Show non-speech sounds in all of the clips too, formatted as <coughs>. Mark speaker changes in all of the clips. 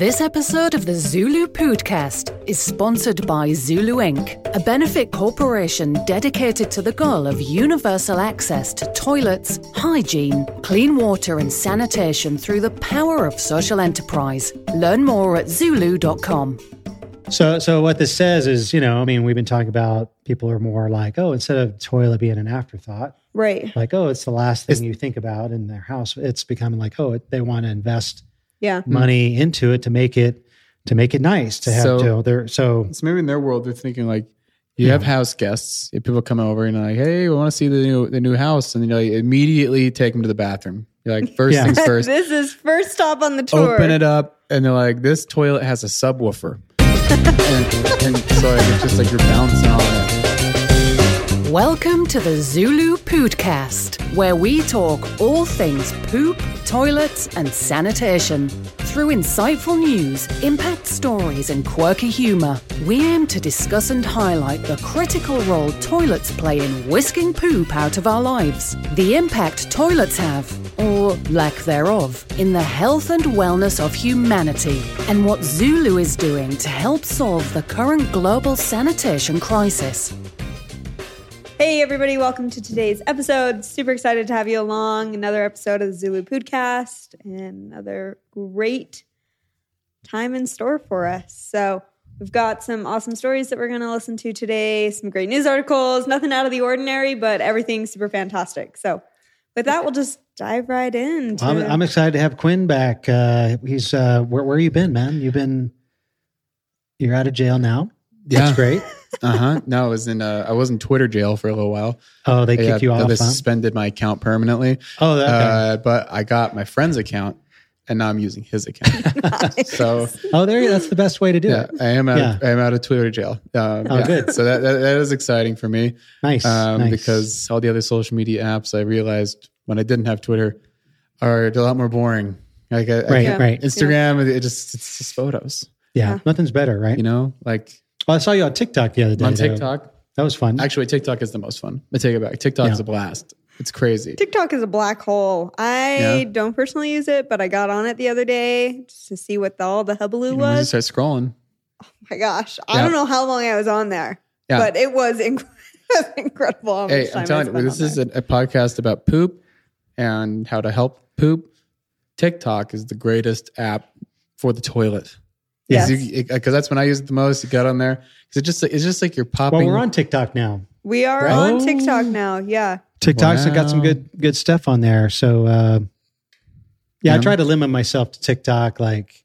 Speaker 1: This episode of the Zulu Podcast is sponsored by Zulu Inc., a benefit corporation dedicated to the goal of universal access to toilets, hygiene, clean water, and sanitation through the power of social enterprise. Learn more at zulu.com.
Speaker 2: So, so what this says is, you know, I mean, we've been talking about people are more like, oh, instead of toilet being an afterthought,
Speaker 3: Right.
Speaker 2: like, oh, it's the last thing you think about in their house. It's becoming like, oh, it, they want to invest
Speaker 3: Yeah.
Speaker 4: Mm.
Speaker 2: money into it to make it to make it nice to have
Speaker 4: So-
Speaker 2: to. They're, so
Speaker 4: So maybe in their world, they're thinking like, you
Speaker 2: Yeah.
Speaker 4: have house guests, if people come over and like, hey, we want to see the new the new house, and you know, you immediately take them to the bathroom. You're like, first
Speaker 2: Yeah.
Speaker 4: things
Speaker 3: <laughs>
Speaker 4: first,
Speaker 3: this is first stop on the tour.
Speaker 4: open it up, and they're like, this toilet has a
Speaker 3: <laughs>
Speaker 4: subwoofer, and, and so like, it's just like you're bouncing on it.
Speaker 1: Welcome to the Zulu Podcast, where we talk all things poop, toilets, and sanitation. Through insightful news, impact stories, and quirky humour, we aim to discuss and highlight the critical role toilets play in whisking poop out of our lives, the impact toilets have, or lack thereof, in the health and wellness of humanity, and what Zulu is doing to help solve the current global sanitation crisis.
Speaker 3: Hey, everybody, welcome to today's episode. Super excited to have you along. Another episode of the Zulu Podcast and another great time in store for us. So, we've got some awesome stories that we're going to listen to today, some great news articles, nothing out of the ordinary, but everything super fantastic. So, with that, we'll just dive right in. to-
Speaker 2: I'm, I'm excited to have Quinn back. Uh, he's uh, where where you been, man? You've been you're out of jail now. That's great.
Speaker 4: uh huh. No, I was in uh, I was in Twitter jail for a little while.
Speaker 2: Oh, they
Speaker 4: <laughs> Yeah,
Speaker 2: kick you off.
Speaker 4: They
Speaker 2: Huh?
Speaker 4: suspended my account permanently,
Speaker 2: Oh, that, okay.
Speaker 4: uh, but I got my friend's account, and now I'm using his
Speaker 3: <laughs>
Speaker 4: account. so.
Speaker 2: oh, there. That's the best way to do <laughs>
Speaker 4: Yeah,
Speaker 2: it.
Speaker 4: I am out. Of,
Speaker 2: Yeah.
Speaker 4: I am out of Twitter jail. Um,
Speaker 2: Oh,
Speaker 4: yeah.
Speaker 2: good.
Speaker 4: So that, that that is exciting for me
Speaker 2: Nice,
Speaker 4: um,
Speaker 2: nice.
Speaker 4: because all the other social media apps I realized when I didn't have Twitter are a lot more boring. Like I, I-
Speaker 2: right,
Speaker 3: Yeah.
Speaker 2: right.
Speaker 4: Instagram, it just it's just photos.
Speaker 2: Yeah,
Speaker 3: Yeah.
Speaker 2: nothing's better, right?
Speaker 4: You know, like
Speaker 2: Well, I saw you on TikTok the other day.
Speaker 4: on
Speaker 2: though.
Speaker 4: TikTok.
Speaker 2: that was fun.
Speaker 4: Actually, TikTok is the most fun. I take it back. TikTok is
Speaker 2: Yeah.
Speaker 4: a blast. It's crazy.
Speaker 3: TikTok is a black hole. I
Speaker 4: Yeah.
Speaker 3: don't personally use it, but I got on it the other day just to see what the, all the hubbub
Speaker 4: You know, once
Speaker 3: was.
Speaker 4: you start scrolling.
Speaker 3: my gosh, I don't know how long I was on there,
Speaker 4: Yeah.
Speaker 3: but it was inc- <laughs> incredible. How much
Speaker 4: Hey,
Speaker 3: time
Speaker 4: I'm
Speaker 3: I
Speaker 4: telling you,
Speaker 3: spent
Speaker 4: this
Speaker 3: on
Speaker 4: is
Speaker 3: there.
Speaker 4: a, a podcast about poop and how to help poop. TikTok is the greatest app for the toilet.
Speaker 3: Yes.
Speaker 4: because that's when I use it the most. You got on there because it just it's just like you're
Speaker 2: well,
Speaker 4: popping.
Speaker 2: we're on TikTok now.
Speaker 3: we are
Speaker 2: Right.
Speaker 3: on
Speaker 2: Oh.
Speaker 3: TikTok now. Yeah,
Speaker 2: TikTok's got some
Speaker 4: Wow.
Speaker 2: good good stuff on there. So, uh, yeah, I
Speaker 4: Yeah.
Speaker 2: try to limit myself to TikTok. Like,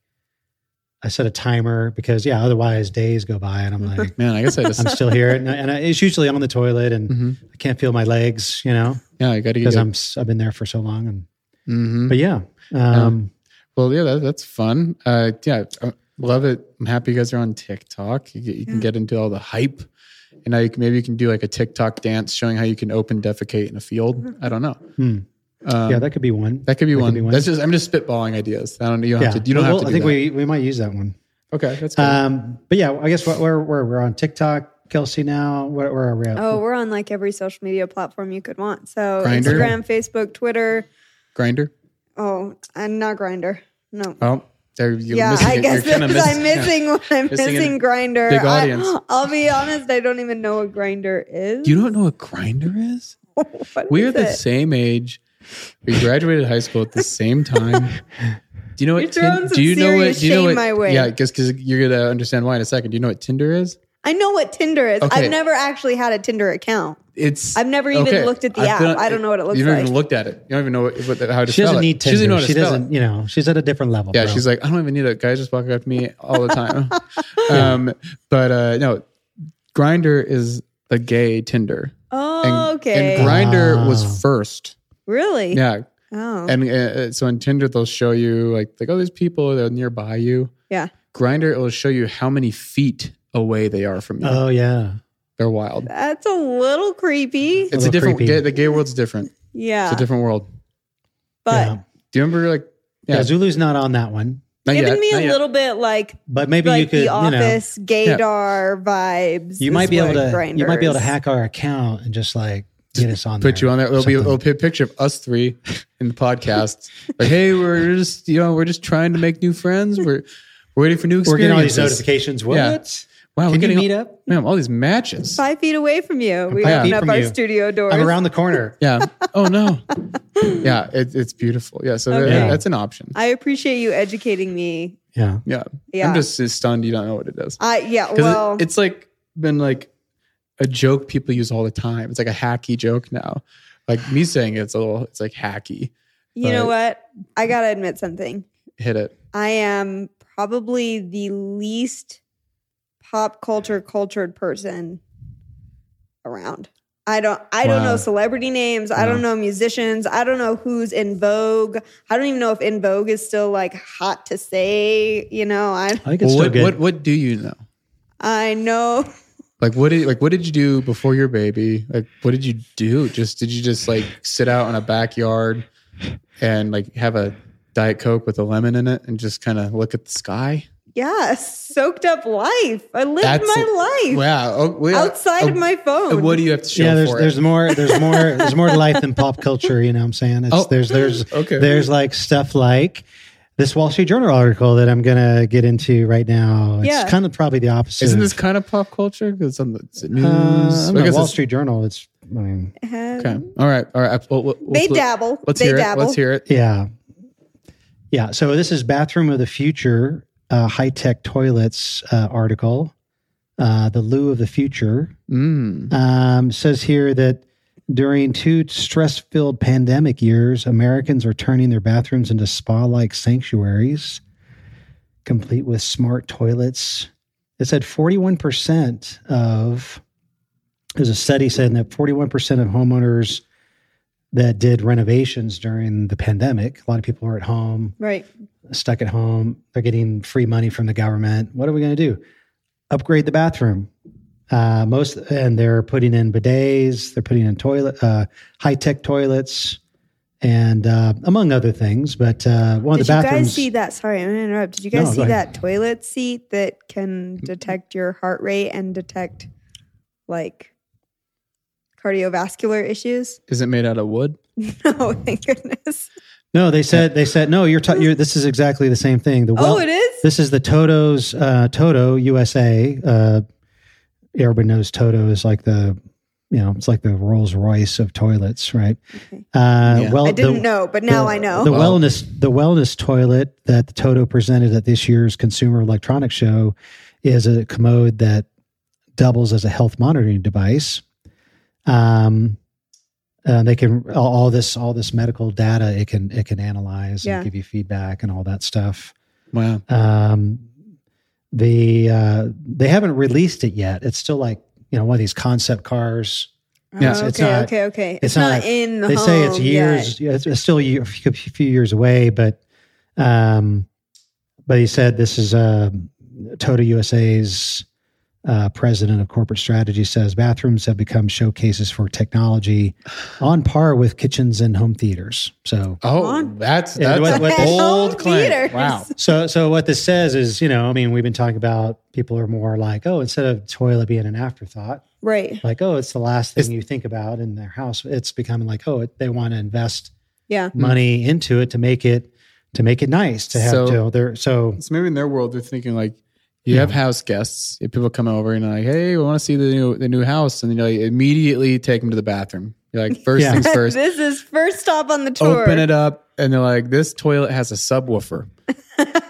Speaker 2: I set a timer because yeah, otherwise days go by
Speaker 4: <laughs>
Speaker 2: and I'm like,
Speaker 4: Man, I guess I just
Speaker 2: I'm still here, and, I, and I, it's usually on the toilet, and
Speaker 4: Mhm.
Speaker 2: I can't feel my legs, you know,
Speaker 4: <laughs> yeah. I got to
Speaker 2: because
Speaker 4: get.
Speaker 2: I'm s- I've been there for so long. And
Speaker 4: hmm
Speaker 2: but yeah, um,
Speaker 4: Well, yeah, that, that's fun. Uh, yeah, I love it. I'm happy you guys are on TikTok. You, get, you can
Speaker 3: Yeah.
Speaker 4: get into all the hype, and now you can, maybe you can do like a TikTok dance showing how you can open defecate in a field.
Speaker 3: Mm-hmm.
Speaker 4: I don't know.
Speaker 2: Hmm.
Speaker 4: Um,
Speaker 2: yeah, that could be one.
Speaker 4: That could be,
Speaker 2: That could
Speaker 4: one.
Speaker 2: be one.
Speaker 4: That's just I'm just spitballing ideas. I don't. You don't
Speaker 2: yeah,
Speaker 4: have to. You don't
Speaker 2: Well,
Speaker 4: have to.
Speaker 2: I
Speaker 4: do
Speaker 2: think
Speaker 4: that.
Speaker 2: we we might use that one.
Speaker 4: Okay, that's good.
Speaker 2: Um, but yeah, I guess what, where we're we're on TikTok, Kelsey. Now, where, where are we at?
Speaker 3: Oh, we're on like every social media platform you could want. So
Speaker 4: Grindr?
Speaker 3: Instagram, Facebook, Twitter.
Speaker 4: Grinder.
Speaker 3: Oh, and not Grinder. No.
Speaker 4: Oh, there you
Speaker 3: yeah, I guess
Speaker 4: you're
Speaker 3: <laughs> because I'm missing I'm
Speaker 4: Missing a
Speaker 3: missing, Grinder.
Speaker 4: big audience.
Speaker 3: I, <gasps> I'll be honest, I don't even know what Grinder is.
Speaker 4: You don't know what grinder is?
Speaker 3: What
Speaker 4: We
Speaker 3: is
Speaker 4: are the
Speaker 3: it?
Speaker 4: same age. We graduated high school at the
Speaker 3: <laughs>
Speaker 4: same time. Do you know
Speaker 3: You're
Speaker 4: what?
Speaker 3: throwing
Speaker 4: Tin-
Speaker 3: some
Speaker 4: do you know what?
Speaker 3: serious
Speaker 4: Do you know
Speaker 3: shame
Speaker 4: what?
Speaker 3: my way.
Speaker 4: Yeah, just because you're gonna understand why in a second. Do you know what Tinder is?
Speaker 3: I know what Tinder is.
Speaker 4: Okay.
Speaker 3: I've never actually had a Tinder account.
Speaker 4: It's.
Speaker 3: I've never even looked at the
Speaker 4: I've
Speaker 3: app.
Speaker 4: been on-
Speaker 3: I don't know what it looks
Speaker 4: You've never
Speaker 3: like.
Speaker 4: even looked at it. You don't even know what, what, how to
Speaker 2: she
Speaker 4: spell
Speaker 2: doesn't
Speaker 4: it.
Speaker 2: need Tinder.
Speaker 4: She
Speaker 2: She
Speaker 4: doesn't even know how
Speaker 2: doesn't.
Speaker 4: to spell it.
Speaker 2: You know, she's at a different level.
Speaker 4: Yeah,
Speaker 2: bro.
Speaker 4: she's like, I don't even need it. Guys just walk up to me all
Speaker 3: <laughs>
Speaker 4: the time. <laughs> um, but uh, no, Grinder is the gay Tinder.
Speaker 3: Oh, okay.
Speaker 4: And Grinder
Speaker 2: Wow.
Speaker 4: was first.
Speaker 3: really?
Speaker 4: Yeah,
Speaker 3: Oh.
Speaker 4: and uh, so on Tinder they'll show you like like oh, these people that are nearby you.
Speaker 3: yeah.
Speaker 4: Grinder will show you how many feet away they are from you.
Speaker 2: oh yeah,
Speaker 4: They're wild.
Speaker 3: That's a little creepy.
Speaker 4: It's
Speaker 2: little
Speaker 4: a different.
Speaker 2: creepy.
Speaker 4: Gay, the gay world's different.
Speaker 3: Yeah.
Speaker 4: It's a different world.
Speaker 3: but
Speaker 2: yeah.
Speaker 4: Do you remember like
Speaker 2: yeah. Zulu's not on that one,
Speaker 4: not
Speaker 3: giving
Speaker 4: yet,
Speaker 3: me a
Speaker 4: not yet.
Speaker 3: little bit like
Speaker 2: but maybe
Speaker 3: like
Speaker 2: you could.
Speaker 3: the
Speaker 2: you know,
Speaker 3: office gaydar vibes.
Speaker 2: you
Speaker 3: is
Speaker 2: might be able
Speaker 3: what
Speaker 2: to.
Speaker 3: Grindr
Speaker 2: You might be able to
Speaker 3: is.
Speaker 2: hack our account and just like get us on.
Speaker 4: Put
Speaker 2: there
Speaker 4: you on there.
Speaker 2: or
Speaker 4: It'll be,
Speaker 2: something.
Speaker 4: it'll be a picture of us three <laughs> in the podcast. like, hey, we're just you know we're just trying to make new friends. We're We're waiting for new experiences.
Speaker 2: We're getting all these notifications. What?
Speaker 4: Yeah. Wow,
Speaker 2: Can
Speaker 4: we're
Speaker 2: you
Speaker 4: getting
Speaker 2: meet up?
Speaker 4: man, all these matches.
Speaker 3: Five feet away from you. We
Speaker 4: five
Speaker 3: open
Speaker 4: feet
Speaker 3: up
Speaker 2: from
Speaker 3: our
Speaker 2: you.
Speaker 3: studio doors.
Speaker 2: I'm around the
Speaker 4: <laughs>
Speaker 2: corner.
Speaker 4: Yeah.
Speaker 3: <laughs>
Speaker 4: Oh no. yeah, it, it's beautiful. Yeah, so that-
Speaker 2: Okay.
Speaker 4: that's an option.
Speaker 3: I appreciate you educating me.
Speaker 2: Yeah.
Speaker 4: Yeah.
Speaker 3: Yeah.
Speaker 4: I'm just stunned you don't know what it is.
Speaker 3: I yeah.
Speaker 4: Because
Speaker 3: Well,
Speaker 4: it's like been like a joke people use all the time. It's like a hacky joke now. Like me saying it's a little, it's like hacky.
Speaker 3: you know what? I gotta admit something.
Speaker 4: Hit it.
Speaker 3: I am probably the least pop culture cultured person around. I don't I don't
Speaker 4: Wow.
Speaker 3: know celebrity names. I don't know musicians. I don't know who's in vogue. I don't even know if in vogue is still like hot to say, you know. I
Speaker 2: I think it's
Speaker 4: Well,
Speaker 2: still
Speaker 4: what,
Speaker 2: good.
Speaker 4: what what do you know?
Speaker 3: I know
Speaker 4: Like what did like what did you do before your baby? Like what did you do? Just did you just like sit out in a backyard and like have a diet coke with a lemon in it and just kind of look at the sky?
Speaker 3: yeah, soaked up life. I lived
Speaker 4: That's-
Speaker 3: my life
Speaker 4: Wow. Oh, well,
Speaker 3: outside of
Speaker 4: oh,
Speaker 3: my phone.
Speaker 4: What do you have to show
Speaker 2: yeah, there's
Speaker 4: for
Speaker 2: there's
Speaker 4: it?
Speaker 2: more
Speaker 4: <laughs>
Speaker 2: there's more there's more to life than pop culture. You know what I'm saying? It's,
Speaker 4: Oh.
Speaker 2: There's there's
Speaker 4: <laughs> Okay.
Speaker 2: there's like stuff like this Wall Street Journal article that I'm gonna get into right now. It's
Speaker 3: Yeah.
Speaker 2: kind of probably the opposite.
Speaker 4: Isn't
Speaker 2: of-
Speaker 4: this kind of pop culture? Because on the is it news,
Speaker 2: Uh, I don't
Speaker 4: I
Speaker 2: know,
Speaker 4: guess
Speaker 2: Wall
Speaker 4: it's-
Speaker 2: Street Journal. It's I mean,
Speaker 3: Um,
Speaker 4: Okay. All right. All right. Well, we'll-
Speaker 3: They
Speaker 4: we'll-
Speaker 3: dabble.
Speaker 4: Let's
Speaker 3: they
Speaker 4: hear
Speaker 3: dabble.
Speaker 4: it. Let's hear it.
Speaker 2: Yeah. Yeah. So this is Bathroom of the Future, uh, high tech toilets uh, article, uh, the loo of the future.
Speaker 4: Mm.
Speaker 2: Um, says here that during two stress filled pandemic years, Americans are turning their bathrooms into spa like sanctuaries, complete with smart toilets. It said 41% of, there's a study saying that 41% of homeowners that did renovations during the pandemic, a lot of people are at home,
Speaker 3: Right.
Speaker 2: stuck at home. They're getting free money from the government. What are we going to do? Upgrade the bathroom. Uh, most and they're putting in bidets. They're putting in toilet, uh, high tech toilets, and uh, among other things. But uh, one of
Speaker 3: Did
Speaker 2: the
Speaker 3: you
Speaker 2: bathrooms.
Speaker 3: guys see that? Sorry, I'm gonna interrupt. Did you
Speaker 2: No,
Speaker 3: guys
Speaker 2: go
Speaker 3: see
Speaker 2: ahead.
Speaker 3: that toilet seat that can detect your heart rate and detect like cardiovascular issues? <laughs>
Speaker 4: Is it made out of wood?
Speaker 3: No, thank goodness.
Speaker 2: no, they said they said no. You're, ta- you're this is exactly the same thing. The well,
Speaker 3: oh, it is.
Speaker 2: This is the Toto's uh, Toto USA. Uh, everybody knows Toto is like the, you know, it's like the Rolls Royce of toilets, right?
Speaker 3: Okay.
Speaker 2: Uh,
Speaker 4: Yeah.
Speaker 2: Well,
Speaker 3: I
Speaker 2: the-
Speaker 3: didn't know, but now
Speaker 2: the-
Speaker 3: I know.
Speaker 2: The
Speaker 4: Wow.
Speaker 2: wellness the wellness toilet that the Toto presented at this year's Consumer Electronics Show is a commode that doubles as a health monitoring device. Um, uh, they can all, all this all this medical data it can it can analyze
Speaker 3: Yeah.
Speaker 2: and give you feedback and all that stuff.
Speaker 4: Wow.
Speaker 2: Um, the uh, they haven't released it yet. It's still like you know one of these concept cars.
Speaker 4: Yeah.
Speaker 3: Oh, okay,
Speaker 2: It's not-
Speaker 3: okay, okay. It's,
Speaker 2: it's
Speaker 3: not,
Speaker 2: not-
Speaker 3: in the
Speaker 2: they say it's
Speaker 3: home yet.
Speaker 2: years yeah, it's, it's still a, year, a few few years away but um but he said this is um toto usa's uh, president of corporate strategy says bathrooms have become showcases for technology on par with kitchens and home theaters so
Speaker 4: Oh,
Speaker 3: on.
Speaker 4: that's
Speaker 2: Yeah,
Speaker 4: that's
Speaker 2: what- what
Speaker 4: a
Speaker 2: they-
Speaker 4: bold
Speaker 3: Home
Speaker 4: claim.
Speaker 3: theaters.
Speaker 4: Wow.
Speaker 2: so so what this says is you know i mean we've been talking about people are more like oh instead of toilet being an afterthought
Speaker 3: Right.
Speaker 2: like oh it's the last thing
Speaker 4: It's-
Speaker 2: you think about in their house it's becoming like oh it, they want to invest <laughs>
Speaker 3: Yeah.
Speaker 4: Mm-hmm.
Speaker 2: money into it to make it to make it nice to have
Speaker 4: So-
Speaker 2: so, to there so
Speaker 4: So maybe in their world, they're thinking like, you
Speaker 2: Yeah.
Speaker 4: have house guests. If people come over and like, hey, we want to see the new the new house, and you know, you immediately take them to the bathroom. You're like, first
Speaker 2: Yeah.
Speaker 4: things first,
Speaker 3: this is first stop on the tour.
Speaker 4: open it up, and they're like, this toilet has
Speaker 3: <laughs>
Speaker 4: a subwoofer,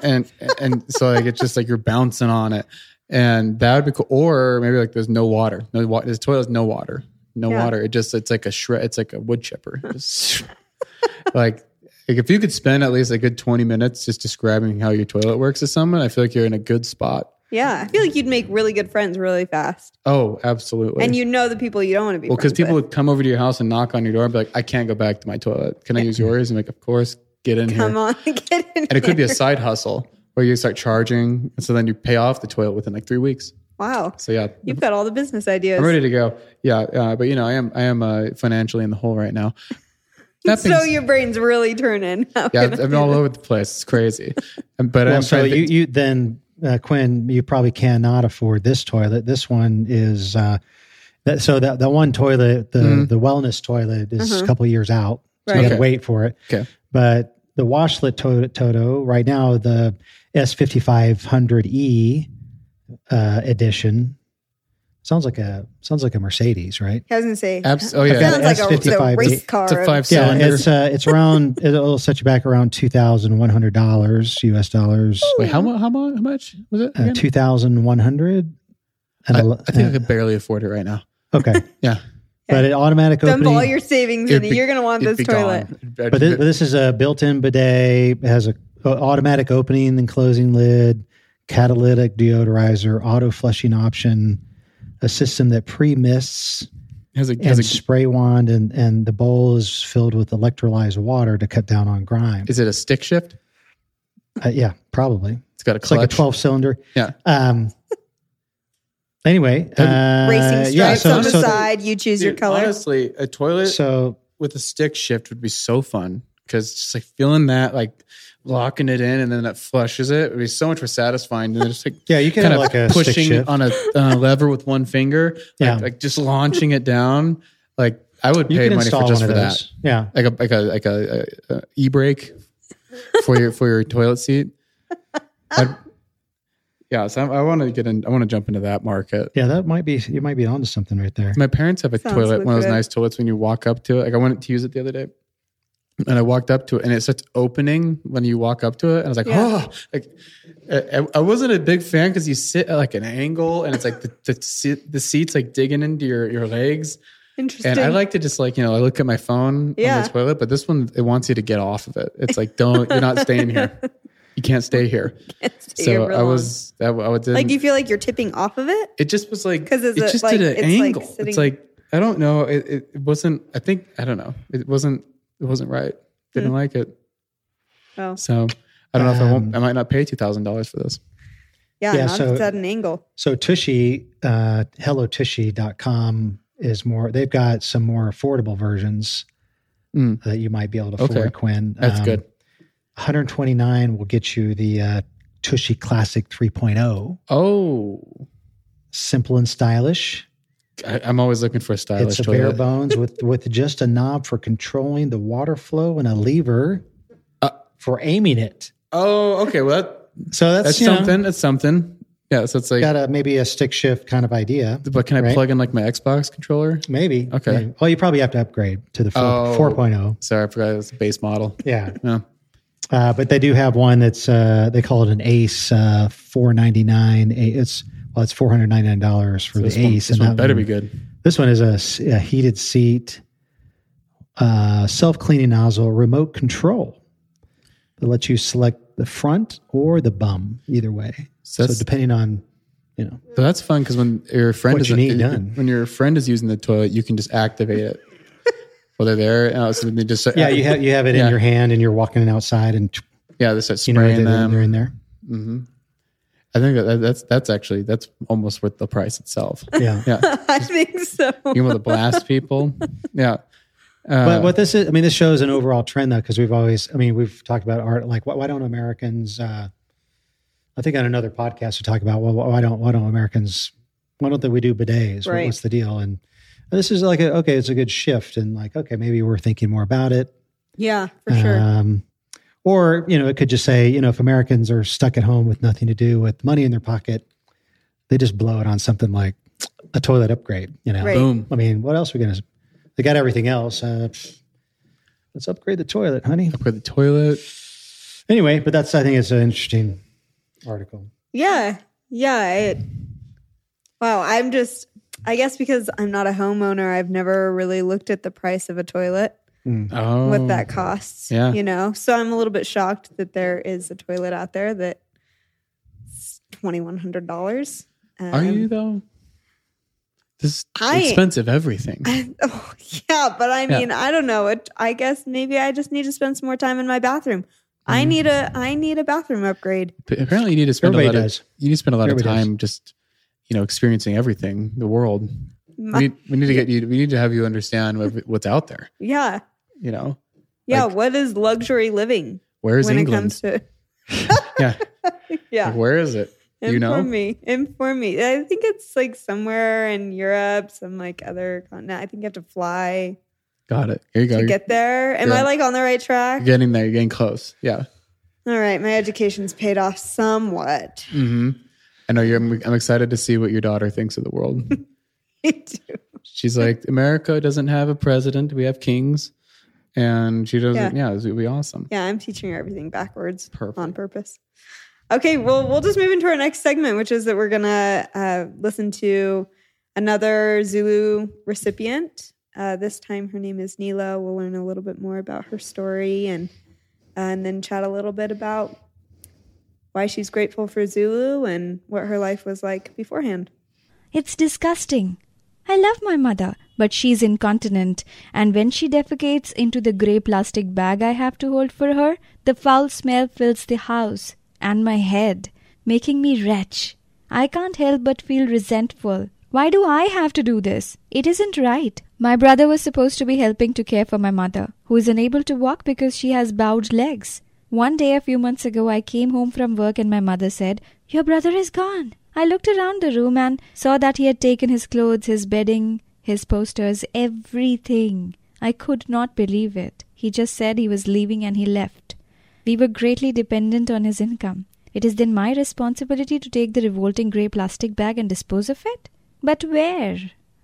Speaker 4: and and so like it's just like you're bouncing on it, and that would be cool. Or maybe like there's no water, no water. This toilet has no water, no
Speaker 3: Yeah.
Speaker 4: water. It just it's like a shred. It's like a wood chipper. <laughs> Just like. Like if you could spend at least a good twenty minutes just describing how your toilet works to someone, I feel like you're in a good spot.
Speaker 3: Yeah, I feel like you'd make really good friends really fast,
Speaker 4: Oh, absolutely.
Speaker 3: and you know the people you don't want to be.
Speaker 4: well, because
Speaker 3: because
Speaker 4: people would come over to your house and knock on your door and be like, "I can't go back to my toilet. Can I use yours?" And like, of course, get in
Speaker 3: come
Speaker 4: here.
Speaker 3: on, <laughs> get in.
Speaker 4: And it could be
Speaker 3: here. <laughs>
Speaker 4: a side hustle where you start charging, and so then you pay off the toilet within like three weeks.
Speaker 3: wow.
Speaker 4: So yeah,
Speaker 3: You've got all the business ideas.
Speaker 4: I'm ready to go. Yeah, uh, but you know, I am I am uh, financially in the hole right now. That
Speaker 3: so your brain's really turning. <laughs> How
Speaker 4: yeah,
Speaker 3: can
Speaker 4: I've- I've been all over the place. It's crazy. Um, But
Speaker 2: well,
Speaker 4: I'm
Speaker 2: so
Speaker 4: trying to
Speaker 2: you
Speaker 4: think,
Speaker 2: you then uh, Quinn you probably cannot afford this toilet this one is uh that so that that one toilet the the wellness toilet is a couple years out so
Speaker 3: Right.
Speaker 2: you got to
Speaker 4: Mm-hmm. Okay.
Speaker 2: wait for it
Speaker 4: Okay.
Speaker 2: but the washlet Toto, Toto right now, the S5500E E, uh, edition. Sounds like a sounds like a Mercedes, right?
Speaker 3: I was gonna say.
Speaker 4: Abs- oh,
Speaker 3: it
Speaker 4: yeah.
Speaker 3: Sounds like a- it's a,
Speaker 2: S55.
Speaker 3: race
Speaker 2: It's
Speaker 3: car.
Speaker 4: It's a five
Speaker 2: Yeah,
Speaker 4: cylinder.
Speaker 2: it's uh, it's
Speaker 4: <laughs>
Speaker 2: around. It'll set you back around two thousand one hundred dollars U.S. dollars.
Speaker 4: Wait, how much? How much? How much was it?
Speaker 2: Uh,
Speaker 4: again?
Speaker 2: two uh, thousand one hundred. uh,
Speaker 4: I, I think I could barely afford it right now.
Speaker 2: okay,
Speaker 4: <laughs> Yeah,
Speaker 2: but it automatic
Speaker 3: Dump
Speaker 2: opening.
Speaker 3: all your savings in
Speaker 4: It'd
Speaker 3: it.
Speaker 4: be-
Speaker 3: You're gonna want
Speaker 4: it'd
Speaker 3: this
Speaker 4: be
Speaker 3: toilet.
Speaker 4: gone.
Speaker 2: but this, but this is a built-in bidet. It has a, a automatic opening and closing lid, catalytic deodorizer, auto flushing option, a system that pre-mists
Speaker 4: has a,
Speaker 2: and
Speaker 4: has a,
Speaker 2: spray wand, and and the bowl is filled with electrolyzed water to cut down on grime.
Speaker 4: is it a stick shift?
Speaker 2: Uh, yeah, probably.
Speaker 4: It's got a
Speaker 2: It's
Speaker 4: clutch.
Speaker 2: like a 12 cylinder.
Speaker 4: Yeah.
Speaker 2: Um, anyway, uh,
Speaker 3: Racing stripes
Speaker 2: yeah, so,
Speaker 3: on the
Speaker 2: so,
Speaker 3: side. You choose your
Speaker 4: Dude,
Speaker 3: color.
Speaker 4: Honestly, a toilet
Speaker 2: so
Speaker 4: with a stick shift would be so fun because just like feeling that, like locking it in and then that flushes it would be so much more satisfying than just
Speaker 2: <laughs>
Speaker 4: like
Speaker 2: yeah, you can
Speaker 4: kind
Speaker 2: have
Speaker 4: of
Speaker 2: like a stick
Speaker 4: pushing
Speaker 2: shift.
Speaker 4: on a, on a lever with one finger, like,
Speaker 2: Yeah.
Speaker 4: like just launching it down. Like I would
Speaker 2: you
Speaker 4: pay
Speaker 2: can
Speaker 4: money
Speaker 2: install
Speaker 4: for just
Speaker 2: one
Speaker 4: for
Speaker 2: of
Speaker 4: that,
Speaker 2: those. Yeah.
Speaker 4: like a like a like a, a, a e brake for your for your
Speaker 2: <laughs>
Speaker 4: toilet seat. I'd- yeah, so I, I want to get in. I want to jump into that market.
Speaker 2: Yeah, that might be, you might be onto something right there.
Speaker 4: My parents have a
Speaker 3: Sounds
Speaker 4: toilet, one of those
Speaker 3: legit.
Speaker 4: nice toilets when you walk up to it. Like I wanted to use it the other day. And I walked up to it and it starts opening when you walk up to it. And I was like,
Speaker 3: Yeah.
Speaker 4: oh, like I, I wasn't a big fan because you sit at like an angle and it's like the, the, seat, the seat's like digging into your, your legs.
Speaker 3: Interesting.
Speaker 4: And I like to just like, you know, I look at my phone on
Speaker 3: Yeah.
Speaker 4: the toilet, but this one, it wants you to get off of it. It's like, don't, you're not
Speaker 3: <laughs>
Speaker 4: staying here. You can't stay here.
Speaker 3: <laughs> It's
Speaker 4: So
Speaker 3: real
Speaker 4: I
Speaker 3: long.
Speaker 4: was, I, I didn't,
Speaker 3: like, you feel like you're tipping off of it.
Speaker 4: it just was like
Speaker 3: 'Cause is
Speaker 4: it
Speaker 3: it,
Speaker 4: just
Speaker 3: like,
Speaker 4: did an
Speaker 3: it's, like,
Speaker 4: angle.
Speaker 3: sitting-
Speaker 4: it's like I don't know. It, it, it wasn't. I think I don't know. It wasn't. It wasn't right. Didn't
Speaker 3: Mm.
Speaker 4: like it.
Speaker 3: Oh,
Speaker 4: So I don't know if I won't.
Speaker 2: Um,
Speaker 4: I might not pay two thousand dollars for this.
Speaker 3: yeah.
Speaker 2: Yeah,
Speaker 3: not
Speaker 2: so-
Speaker 3: if it's at an angle. <laughs>
Speaker 2: So Tushy, uh, hellotushy.com is more, they've got some more affordable versions
Speaker 4: Mm.
Speaker 2: that you might be able to
Speaker 4: Okay.
Speaker 2: afford, Quinn. Um,
Speaker 4: That's good.
Speaker 2: 129 will get you the uh, Tushy Classic 3.0.
Speaker 4: Oh,
Speaker 2: Simple and stylish.
Speaker 4: I, I'm always looking for a stylish
Speaker 2: it's a bare
Speaker 4: toilet.
Speaker 2: bones with with just a knob for controlling the water flow and a lever
Speaker 4: Uh,
Speaker 2: for aiming it.
Speaker 4: Oh, okay. Well, that,
Speaker 2: So that's,
Speaker 4: that's
Speaker 2: you know,
Speaker 4: something. That's something. Yeah. So it's like.
Speaker 2: got a maybe a stick shift kind of idea.
Speaker 4: but can I
Speaker 2: right?
Speaker 4: plug in like my Xbox controller?
Speaker 2: Maybe.
Speaker 4: Okay.
Speaker 2: Maybe. Well, you probably have to upgrade to the 4,
Speaker 4: Oh.
Speaker 2: 4.0.
Speaker 4: Sorry, I forgot it's a base model.
Speaker 2: Yeah.
Speaker 4: Yeah.
Speaker 2: Uh, but they do have one that's uh, they call it an Ace uh, 499. A- It's well, it's $499 for the
Speaker 4: This one,
Speaker 2: Ace.
Speaker 4: this
Speaker 2: and
Speaker 4: one
Speaker 2: that
Speaker 4: better
Speaker 2: one-
Speaker 4: be good.
Speaker 2: This one is a, s- a heated seat, uh, self cleaning nozzle, remote control that lets you select the front or the bum, either way. So,
Speaker 4: So that's-
Speaker 2: depending on, you know,
Speaker 4: So that's fun because when your friend
Speaker 2: What
Speaker 4: is
Speaker 2: you need done.
Speaker 4: when your friend is using the toilet, you can just
Speaker 2: <laughs>
Speaker 4: activate it while they're there. And all of a sudden they just
Speaker 2: yeah, you have you have it
Speaker 4: Yeah.
Speaker 2: in your hand and you're walking outside and
Speaker 4: yeah they start
Speaker 2: you know
Speaker 4: spraying
Speaker 2: they're,
Speaker 4: them.
Speaker 2: they're in there.
Speaker 4: I think that, that's that's actually that's almost worth the
Speaker 2: <laughs>
Speaker 4: price itself.
Speaker 2: Yeah.
Speaker 4: Yeah,
Speaker 3: I think so.
Speaker 4: you able to blast people. Yeah,
Speaker 2: but what this is, I mean, this shows an overall trend though, because we've always, I mean, we've talked about art. Like, why, why don't Americans? Uh, I think on another podcast we talk about, well, why don't why don't Americans? Why don't they, we do bidets? What-
Speaker 3: Right.
Speaker 2: What's the deal? And this is like, a, okay, it's a good shift, and like, okay, maybe we're thinking more about it.
Speaker 3: Yeah, for sure.
Speaker 4: Uh,
Speaker 2: Um, or you know, it could just say, you know, if Americans are stuck at home with nothing to do, with money in their pocket, they just blow it on something like a toilet upgrade. You know,
Speaker 3: Right.
Speaker 4: boom.
Speaker 2: I mean, what else are we gonna? They got everything else. Uh, pff, let's upgrade the toilet, honey.
Speaker 4: Put the toilet.
Speaker 2: Anyway, but that's I think it's an interesting article.
Speaker 3: Yeah. Yeah. It, wow. I'm just, I guess because I'm not a homeowner, I've never really looked at the price of a toilet,
Speaker 4: Oh,
Speaker 3: what that costs.
Speaker 4: Yeah.
Speaker 3: You know, so I'm a little bit shocked that there is a toilet out there that's $2,100. Um, <laughs>
Speaker 4: Are you though? This is
Speaker 3: I-
Speaker 4: expensive everything.
Speaker 3: Oh, yeah. But I
Speaker 4: Yeah.
Speaker 3: mean, I don't know. It, I guess maybe I just need to spend some more time in my bathroom. I
Speaker 4: Mm.
Speaker 3: need a I need a bathroom upgrade.
Speaker 4: But apparently, you need to spend a lot
Speaker 2: Everybody does.
Speaker 4: of you need to spend a lot of
Speaker 2: Everybody does.
Speaker 4: time just you know experiencing everything, the world.
Speaker 3: <laughs>
Speaker 4: We need, we need to get you. We need to have you understand what, what's out there.
Speaker 3: Yeah.
Speaker 4: You know,
Speaker 3: Yeah.
Speaker 4: Like-
Speaker 3: what is luxury living
Speaker 4: where is
Speaker 3: when it
Speaker 4: England?
Speaker 3: comes to <laughs>
Speaker 4: yeah,
Speaker 3: Yeah.
Speaker 4: Like, where is it?
Speaker 3: Inform
Speaker 4: you know,
Speaker 3: me. Inform me. I think it's like somewhere in Europe, some like other continent. I think you have to fly
Speaker 4: Got it. Here you go.
Speaker 3: to
Speaker 4: You're
Speaker 3: get there. Am
Speaker 4: Yeah.
Speaker 3: I like on the right track?
Speaker 4: you're getting there. You're getting close. Yeah.
Speaker 3: All right, my education's paid off somewhat. <laughs>
Speaker 4: hmm I know you're. I'm, I'm excited to see what your daughter thinks of the world.
Speaker 3: <laughs>
Speaker 4: She's like, America doesn't have a president. We have kings, and she doesn't. Yeah, it would be awesome.
Speaker 3: yeah, I'm teaching her everything backwards
Speaker 4: Perfect.
Speaker 3: on purpose. Okay, well, we'll just move into our next segment, which is that we're gonna uh, listen to another Zulu recipient. Uh, this time, her name is Nila. We'll learn a little bit more about her story and uh, and then chat a little bit about why she's grateful for Zulu and what her life was like beforehand.
Speaker 5: It's disgusting. I love my mother, but she's incontinent, and when she defecates into the grey plastic bag I have to hold for her, the foul smell fills the house and my head, making me wretch. I can't help but feel resentful. Why do I have to do this? It isn't right. My brother was supposed to be helping to care for my mother, who is unable to walk because she has bowed legs. One day a few months ago, I came home from work and my mother said, Your brother is gone. I looked around the room and saw that he had taken his clothes, his bedding, his posters, everything. I could not believe it. He just said he was leaving and he left. We were greatly dependent on his income. It is then my responsibility to take the revolting grey plastic bag and dispose of it? But where?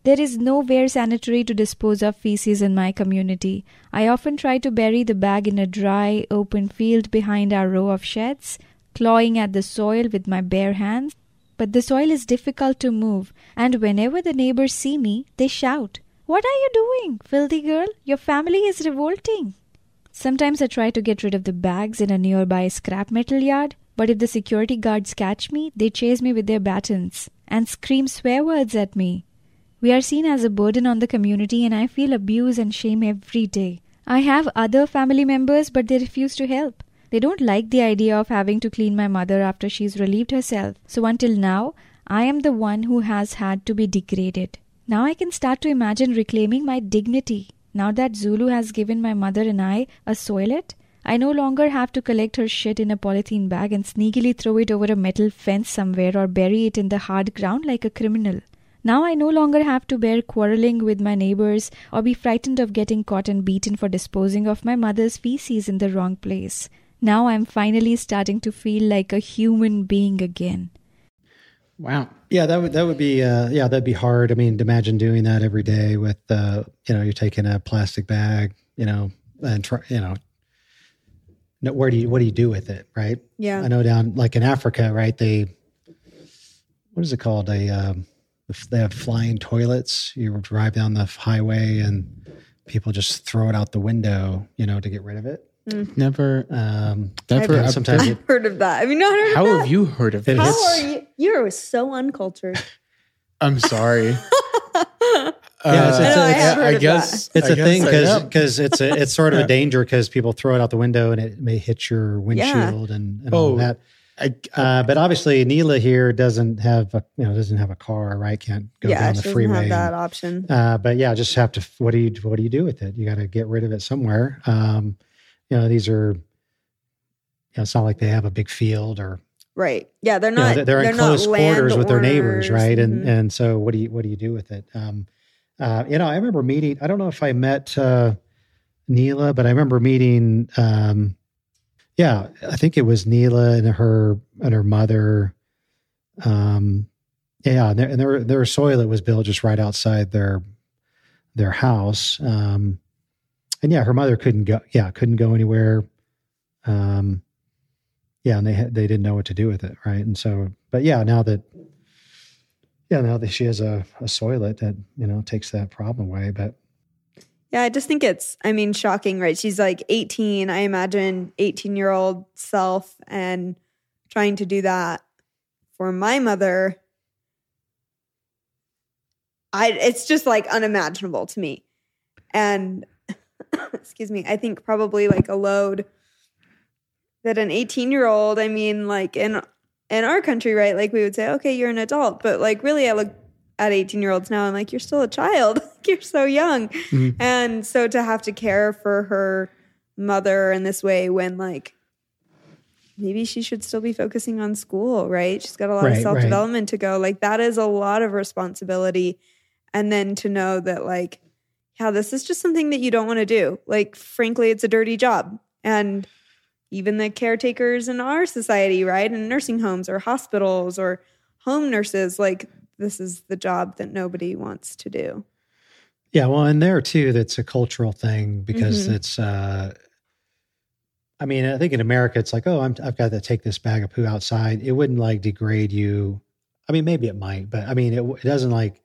Speaker 5: There is nowhere sanitary to dispose of feces in my community. I often try to bury the bag in a dry, open field behind our row of sheds, clawing at the soil with my bare hands. But the soil is difficult to move, and whenever the neighbors see me, they shout, What are you doing, filthy girl? Your family is revolting. Sometimes I try to get rid of the bags in a nearby scrap metal yard, but if the security guards catch me, they chase me with their batons and scream swear words at me. We are seen as a burden on the community, and I feel abuse and shame every day. I have other family members, but they refuse to help. They don't like the idea of having to clean my mother after she's relieved herself. So until now, I am the one who has had to be degraded. Now I can start to imagine reclaiming my dignity. Now that Zulu has given my mother and I a soilet, I no longer have to collect her shit in a polythene bag and sneakily throw it over a metal fence somewhere or bury it in the hard ground like a criminal. Now I no longer have to bear quarreling with my neighbors or be frightened of getting caught and beaten for disposing of my mother's feces in the wrong place. Now I'm finally starting to feel like a human being again.
Speaker 4: Wow.
Speaker 2: Yeah, that would that would be uh, yeah that'd be hard. I mean, to imagine doing that every day with uh, you know you're taking a plastic bag, you know, and try, you know, no, where do you what do you do with it, right?
Speaker 3: Yeah.
Speaker 2: I know down like in Africa, right? They what is it called? They um, they have flying toilets. You drive down the highway and people just throw it out the window, you know, to get rid of it.
Speaker 4: Never.
Speaker 2: Um,
Speaker 4: Never.
Speaker 2: and <laughs>
Speaker 4: I've
Speaker 2: sometimes
Speaker 4: never-
Speaker 2: it,
Speaker 3: Heard of that? Have you not heard
Speaker 4: how
Speaker 3: of
Speaker 4: have you heard of
Speaker 2: It
Speaker 4: this?
Speaker 3: that? How
Speaker 2: hits-
Speaker 3: are you? You're so uncultured.
Speaker 2: <laughs>
Speaker 3: <laughs>
Speaker 4: I'm sorry. Uh,
Speaker 2: Yeah, it's- it's-
Speaker 3: I know, I have heard
Speaker 4: I
Speaker 3: of
Speaker 4: guess
Speaker 2: it's
Speaker 4: a
Speaker 2: a thing because it's a it's <laughs> sort of a danger because people throw it out the window and it may hit your windshield and, and all
Speaker 4: Oh.
Speaker 2: that.
Speaker 4: I,
Speaker 2: Uh, but obviously, Neela here doesn't have a you know doesn't have a car, right? Can't go
Speaker 3: yeah,
Speaker 2: down
Speaker 3: she
Speaker 2: the
Speaker 3: doesn't
Speaker 2: freeway.
Speaker 3: have that
Speaker 2: and-
Speaker 3: option.
Speaker 2: uh, but yeah, just have to. What do you what do you do with it? You got to get rid of it somewhere. Um, you know, these are. You know, it's not like they have a big field or
Speaker 3: Right. Yeah, they're
Speaker 2: you know,
Speaker 3: not.
Speaker 2: they're, in
Speaker 3: not
Speaker 2: close quarters with their neighbors,
Speaker 3: landowners.
Speaker 2: right? And
Speaker 3: Mhm.
Speaker 2: and so what do you what do you do with it? Um, uh, you know, I remember meeting. I don't know if I met uh, Neela, but I remember meeting. Um, yeah, I think it was Neela and her and her mother. Um, yeah, and their and their, their soil that was built just right outside their their house. Um, and yeah, her mother couldn't go. Yeah, couldn't go anywhere. Um, yeah and they had they didn't know what to do with it right and so but yeah now that yeah now that she has a, a soilet that you know takes that problem away but
Speaker 3: yeah, I just think it's. I mean, shocking, right? She's like 18. I imagine 18 year old self and trying to do that for my mother. I. It's just like unimaginable to me, and <coughs> excuse me. I think probably like a load that an 18 year old. I mean, like in in our country, right? Like we would say, okay, you're an adult, but like really, I look at 18 year olds now and like you're still a child <laughs> Like, you're so young
Speaker 4: Mhm.
Speaker 2: Mm-hmm.
Speaker 3: and so to have to care for her mother in this way when like maybe she should still be focusing on school right she's got a lot
Speaker 2: Right,
Speaker 3: of
Speaker 2: right.
Speaker 3: self-development to go like that is a lot of responsibility and then to know that like yeah, this is just something that you don't want to do. Like, frankly, it's a dirty job. And even the caretakers in our society, right? In nursing homes or hospitals or home nurses, like, this is the job that nobody wants to do.
Speaker 2: Yeah, well, and there too, that's a cultural thing because
Speaker 3: Mhm.
Speaker 2: it's. Uh, I mean, I think in America, it's like, oh, I'm, I've got to take this bag of poo outside. It wouldn't like degrade you. I mean, maybe it might, but I mean, it, w- it doesn't like.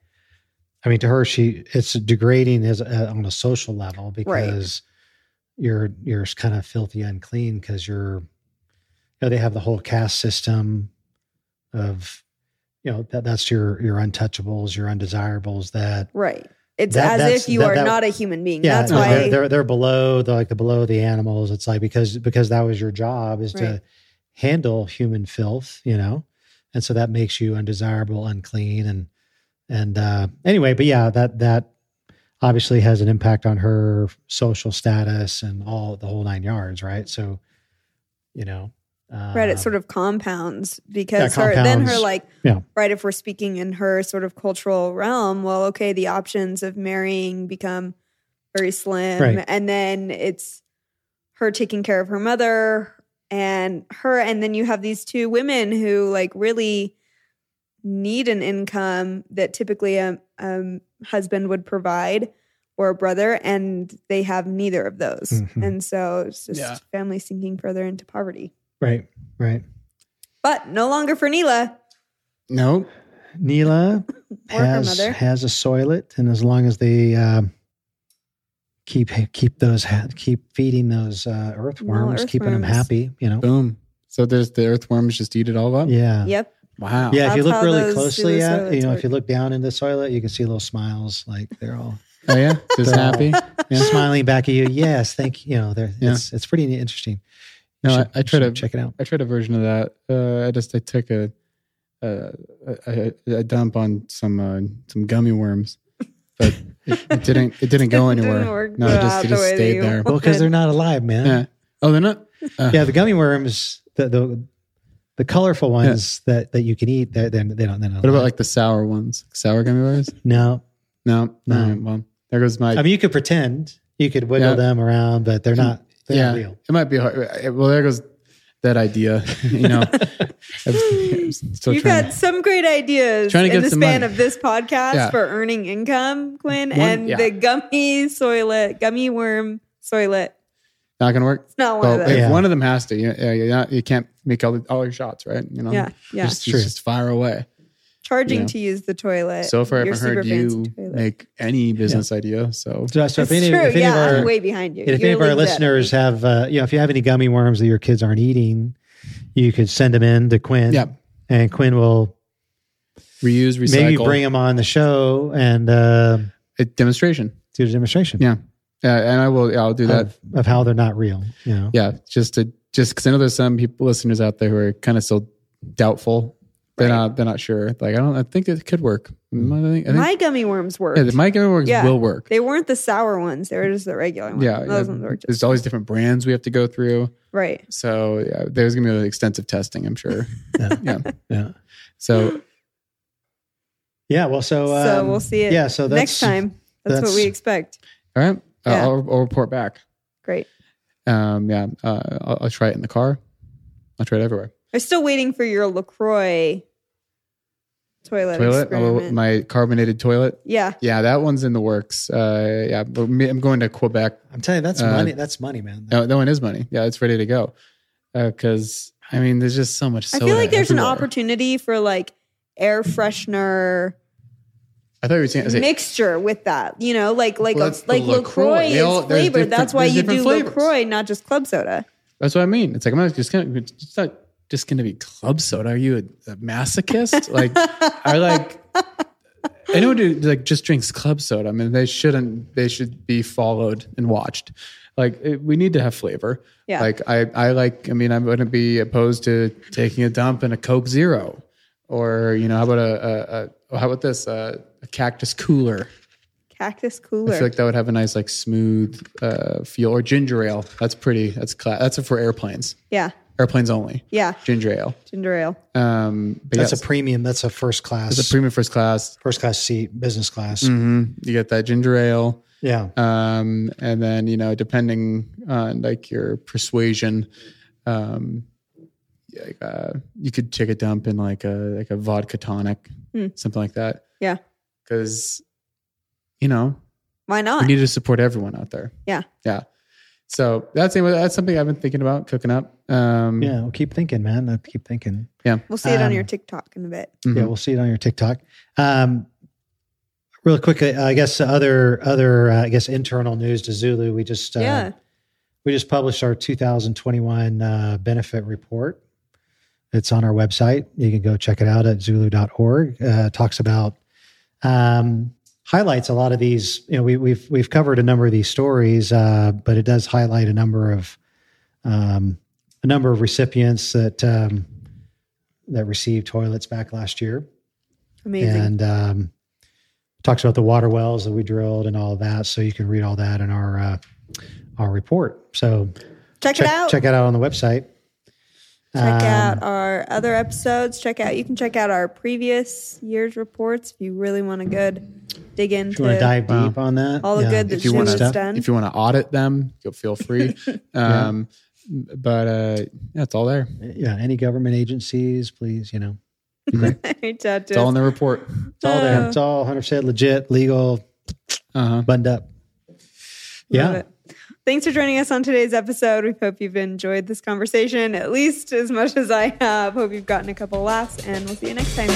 Speaker 2: I mean, to her, she it's degrading as uh, on a social level because you're you're kind of filthy, unclean because you're. You know, they have the whole caste system, of, you know, that that's your your untouchables, your undesirables that
Speaker 3: Right. It's
Speaker 2: That-
Speaker 3: as
Speaker 2: that's-
Speaker 3: if you
Speaker 2: that-
Speaker 3: are
Speaker 2: that-
Speaker 3: not a human being.
Speaker 2: yeah,
Speaker 3: That's
Speaker 2: no,
Speaker 3: why.
Speaker 2: they're, they're they're below the like the below the animals. It's like because because that was your job is
Speaker 3: Right.
Speaker 2: to handle human filth, you know, and so that makes you undesirable, unclean, and and uh, anyway, but yeah, that that obviously has an impact on her social status and all the whole nine yards, right? So, you know, uh,
Speaker 3: Right, it sort of compounds because
Speaker 2: Yeah,
Speaker 3: her then her
Speaker 2: compounds.
Speaker 3: like
Speaker 2: Yeah.
Speaker 3: right if we're speaking in her sort of cultural realm, well, okay, the options of marrying become very slim,
Speaker 2: Right.
Speaker 3: and then it's her taking care of her mother and her, and then you have these two women who like really need an income that typically a um, husband would provide or a brother, and they have neither of those,
Speaker 2: Mhm.
Speaker 3: and so it's just
Speaker 4: Yeah.
Speaker 3: family sinking further into poverty.
Speaker 2: um, right, right.
Speaker 3: But no longer for Neela
Speaker 4: No,
Speaker 2: Neela
Speaker 3: <laughs> or
Speaker 2: has
Speaker 3: her mother.
Speaker 2: has a soilet, and as long as they uh, keep keep those ha- keep feeding those uh, earthworms, keeping them
Speaker 3: earthworms.
Speaker 2: happy, you know.
Speaker 4: boom. So there's the earthworms just eat it all up.
Speaker 2: Yeah,
Speaker 3: Yep.
Speaker 4: Wow.
Speaker 2: yeah. If you
Speaker 3: That's
Speaker 2: look
Speaker 3: how
Speaker 2: really
Speaker 3: those
Speaker 2: closely at,
Speaker 3: pseudosoilets
Speaker 2: you know,
Speaker 3: work.
Speaker 2: if you look down into the soilet, you can see little smiles, like they're all
Speaker 4: Oh yeah. Just
Speaker 2: They're all-
Speaker 4: happy. Yeah.
Speaker 2: smiling back at
Speaker 3: <laughs>
Speaker 2: you. Yes, thank you. You know, they're
Speaker 4: Yeah.
Speaker 2: it's it's pretty interesting. You
Speaker 4: No, I-
Speaker 2: should-
Speaker 4: I
Speaker 2: you
Speaker 4: try
Speaker 2: should
Speaker 4: to-
Speaker 2: check it out.
Speaker 4: I tried a version of that. Uh, I just I took a a, a, a dump on some uh, some gummy worms, but it, it didn't it
Speaker 3: <laughs>
Speaker 4: didn't go
Speaker 3: Didn't
Speaker 4: anywhere.
Speaker 3: work
Speaker 4: no, it just
Speaker 3: out
Speaker 4: it
Speaker 3: the
Speaker 4: just
Speaker 3: way that
Speaker 4: stayed
Speaker 3: you
Speaker 4: there.
Speaker 2: Well, because they're not alive, man.
Speaker 4: Yeah. Oh, they're not. Uh,
Speaker 2: yeah, the gummy worms, the the, the colorful ones that, that you can eat, they're, they're, they don't. They're not
Speaker 4: What about
Speaker 2: alive.
Speaker 4: like the sour ones? Sour gummy worms?
Speaker 2: no?
Speaker 4: No.
Speaker 2: No.
Speaker 4: All right, well, there goes my.
Speaker 2: I mean, you could pretend you could wiggle
Speaker 4: Yeah.
Speaker 2: them around, but they're not. They're
Speaker 4: yeah.
Speaker 2: not real.
Speaker 4: It might be hard. Well, there goes that idea. <laughs>
Speaker 3: <laughs>
Speaker 4: you know. I'm still
Speaker 3: You've
Speaker 4: trying
Speaker 3: got some great ideas
Speaker 4: Trying to
Speaker 3: in
Speaker 4: get
Speaker 3: the
Speaker 4: some
Speaker 3: span
Speaker 4: money.
Speaker 3: of this podcast
Speaker 4: Yeah.
Speaker 3: for earning income, Quinn,
Speaker 4: One-
Speaker 3: and
Speaker 4: yeah.
Speaker 3: the gummy soilet, gummy worm soilet.
Speaker 4: not gonna work.
Speaker 3: It's not one
Speaker 4: Well,
Speaker 3: of
Speaker 4: if
Speaker 3: those.
Speaker 2: Yeah.
Speaker 4: one of them has to, you, yeah, you're not, you can't make all, the, all your shots, right? You know,
Speaker 3: Yeah, yeah.
Speaker 4: um, Just,
Speaker 2: True.
Speaker 4: just fire away.
Speaker 3: Charging
Speaker 4: yeah.
Speaker 3: to use the toilet.
Speaker 4: So far, I
Speaker 3: Your
Speaker 4: haven't heard
Speaker 3: Uh, super fancy
Speaker 4: you
Speaker 3: toilet.
Speaker 4: make any business idea.
Speaker 2: So,
Speaker 4: So
Speaker 2: so
Speaker 3: It's
Speaker 2: if any,
Speaker 3: true.
Speaker 2: if any
Speaker 3: yeah,
Speaker 2: of our,
Speaker 3: I'm way behind you.
Speaker 2: and if
Speaker 3: You're
Speaker 2: any of our
Speaker 3: leagues up.
Speaker 2: listeners have, uh, you know, if you have any gummy worms that your kids aren't eating, you could send them in to Quinn.
Speaker 4: yeah,
Speaker 2: And Quinn will
Speaker 4: reuse, recycle,
Speaker 2: maybe bring them on the show and uh,
Speaker 4: a demonstration.
Speaker 2: do a demonstration
Speaker 4: Yeah, uh, and I will. yeah, I'll do that.
Speaker 2: of, of how they're not real. You know,
Speaker 4: yeah, just to just because I know there's some people listeners out there who are kind of still doubtful. They're not. They're not sure. Like I don't. I think it could work. I think, I think,
Speaker 3: My gummy worms worked.
Speaker 4: yeah, the mic works
Speaker 3: Yeah.
Speaker 4: will work.
Speaker 3: they weren't the sour ones. They were just the regular ones.
Speaker 4: yeah,
Speaker 3: Those
Speaker 4: yeah.
Speaker 3: ones worked.
Speaker 4: there's always different brands we have to go through.
Speaker 3: Right.
Speaker 4: So yeah, there's gonna be extensive testing, I'm sure.
Speaker 3: <laughs>
Speaker 2: Yeah.
Speaker 4: yeah.
Speaker 2: yeah,
Speaker 4: So
Speaker 2: yeah. Well, so um,
Speaker 3: so we'll see it
Speaker 2: Yeah, so that's
Speaker 3: next time. That's,
Speaker 2: that's-
Speaker 3: what we expect.
Speaker 4: all right, uh,
Speaker 3: Yeah.
Speaker 4: I'll, I'll report back.
Speaker 3: Great.
Speaker 4: Um, yeah, uh, I'll, I'll try it in the car. I'll try it everywhere.
Speaker 3: I'm still waiting for your LaCroix toilet,
Speaker 4: Toilet, oh,
Speaker 3: experiment.
Speaker 4: my carbonated toilet.
Speaker 3: yeah.
Speaker 4: Yeah, that one's in the works. Uh, yeah, but me- I'm going to Quebec.
Speaker 2: I'm telling you, that's
Speaker 4: Uh,
Speaker 2: money. That's money, man.
Speaker 4: No, that one is money. Yeah, it's ready to go. Because I mean, there's just so much.
Speaker 3: I
Speaker 4: Soda
Speaker 3: feel like there's
Speaker 4: everywhere.
Speaker 3: an opportunity for like air freshener
Speaker 4: I thought you were saying. I said-
Speaker 3: mixture with that. You know, like like
Speaker 4: Well,
Speaker 3: a,
Speaker 4: that's the
Speaker 3: like LaCroix,
Speaker 4: LaCroix. They
Speaker 3: is
Speaker 4: all- there's
Speaker 3: flavored.
Speaker 4: different-
Speaker 3: That's why
Speaker 4: there's
Speaker 3: you
Speaker 4: different
Speaker 3: do
Speaker 4: flavors.
Speaker 3: LaCroix, not just club soda.
Speaker 4: That's what I mean. It's like I'm not just gonna. It's not just gonna be club soda. Are you a,
Speaker 3: <laughs>
Speaker 4: a masochist? like, are like anyone who like just drinks club soda? I mean, they shouldn't. They should be followed and watched. Like, it, we need to have flavor.
Speaker 3: Yeah.
Speaker 4: Like, I, I like. I mean, I'm gonna be opposed to taking a dump in a Coke Zero, or you know, how about a, a, a how about this uh, a cactus cooler.
Speaker 3: Cactus
Speaker 4: I
Speaker 3: cooler.
Speaker 4: feel like that would have a nice like smooth uh, feel or ginger ale. That's pretty. That's class. That's for airplanes.
Speaker 3: yeah.
Speaker 4: Airplanes only.
Speaker 3: Yeah.
Speaker 4: Ginger ale.
Speaker 3: Ginger ale.
Speaker 4: Um, but
Speaker 2: That's
Speaker 4: yes,
Speaker 2: a premium. That's a first class,
Speaker 4: it's a premium first class.
Speaker 2: first class seat, business class.
Speaker 4: hmm You get that ginger ale.
Speaker 2: Yeah.
Speaker 4: um, and then you know depending on like your persuasion um, like, uh, you could take a dump in like a like a vodka tonic
Speaker 3: Hmm.
Speaker 4: something like that
Speaker 3: Yeah.
Speaker 4: because you know
Speaker 3: Why not?
Speaker 4: we need to support everyone out there
Speaker 3: Yeah.
Speaker 4: yeah so that's that's something I've been thinking about cooking up um,
Speaker 2: Yeah. Well, keep thinking, man. I keep thinking.
Speaker 3: we'll see it on
Speaker 2: um,
Speaker 3: your TikTok in a bit.
Speaker 4: mhm.
Speaker 2: Yeah. We'll see it on your TikTok. Um, real quick, uh, I guess other other uh, I guess internal news to Zulu. We just uh,
Speaker 3: yeah.
Speaker 2: we just published our 2021 uh, benefit report. It's on our website. You can go check it out at zulu.org. Uh, talks about um, highlights a lot of these. You know, we, we've we've covered a number of these stories, uh, but it does highlight a number of um, a number of recipients that um, that received toilets back last year
Speaker 3: Amazing.
Speaker 2: and um, talks about the water wells that we drilled and all of that. So you can read all that in our uh, our report. So
Speaker 3: check, it out.
Speaker 2: Check it out on the website.
Speaker 3: Check
Speaker 2: Um,
Speaker 3: out our other episodes. Check out you can check out our previous year's reports if you really want to good dig
Speaker 2: If you want
Speaker 3: into
Speaker 2: to
Speaker 3: <laughs>
Speaker 2: dive
Speaker 4: Wow.
Speaker 2: deep on that,
Speaker 3: all the good that
Speaker 4: If you
Speaker 3: Zulu's
Speaker 4: wanna-
Speaker 3: done.
Speaker 4: if you want to audit them go
Speaker 3: <laughs>
Speaker 4: feel free um, but uh, yeah, it's all there
Speaker 2: yeah, any government agencies, please, you know,
Speaker 3: Reach out to
Speaker 4: it's all
Speaker 3: us.
Speaker 4: in
Speaker 3: <laughs>
Speaker 4: the report
Speaker 2: it's all there.
Speaker 3: Oh.
Speaker 2: It's all 100 percent legit, legal,
Speaker 4: uh-huh.
Speaker 2: buttoned up.
Speaker 3: Love
Speaker 2: Yeah,
Speaker 3: it. Thanks for joining us on today's episode. We hope you've enjoyed this conversation at least as much as I have. Hope you've gotten a couple laughs, and we'll see you next time.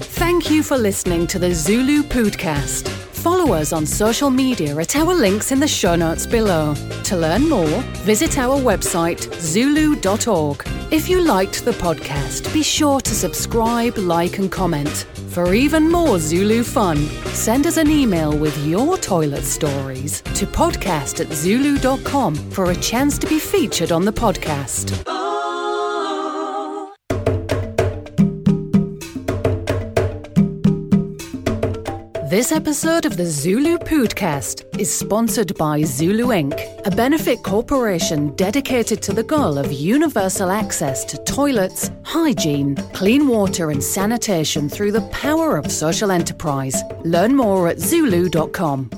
Speaker 1: Thank you for listening to the Zulu Podcast. Follow us on social media at our links in the show notes below. To learn more, visit our website zulu.org. If you liked the podcast, be sure to subscribe, like, and comment. For even more Zulu fun, send us an email with your toilet stories to podcast at zulu.com for a chance to be featured on the podcast. This episode of the Zulu Podcast is sponsored by Zulu Inc., a benefit corporation dedicated to the goal of universal access to toilets, hygiene, clean water, and sanitation through the power of social enterprise. Learn more at zulu.com.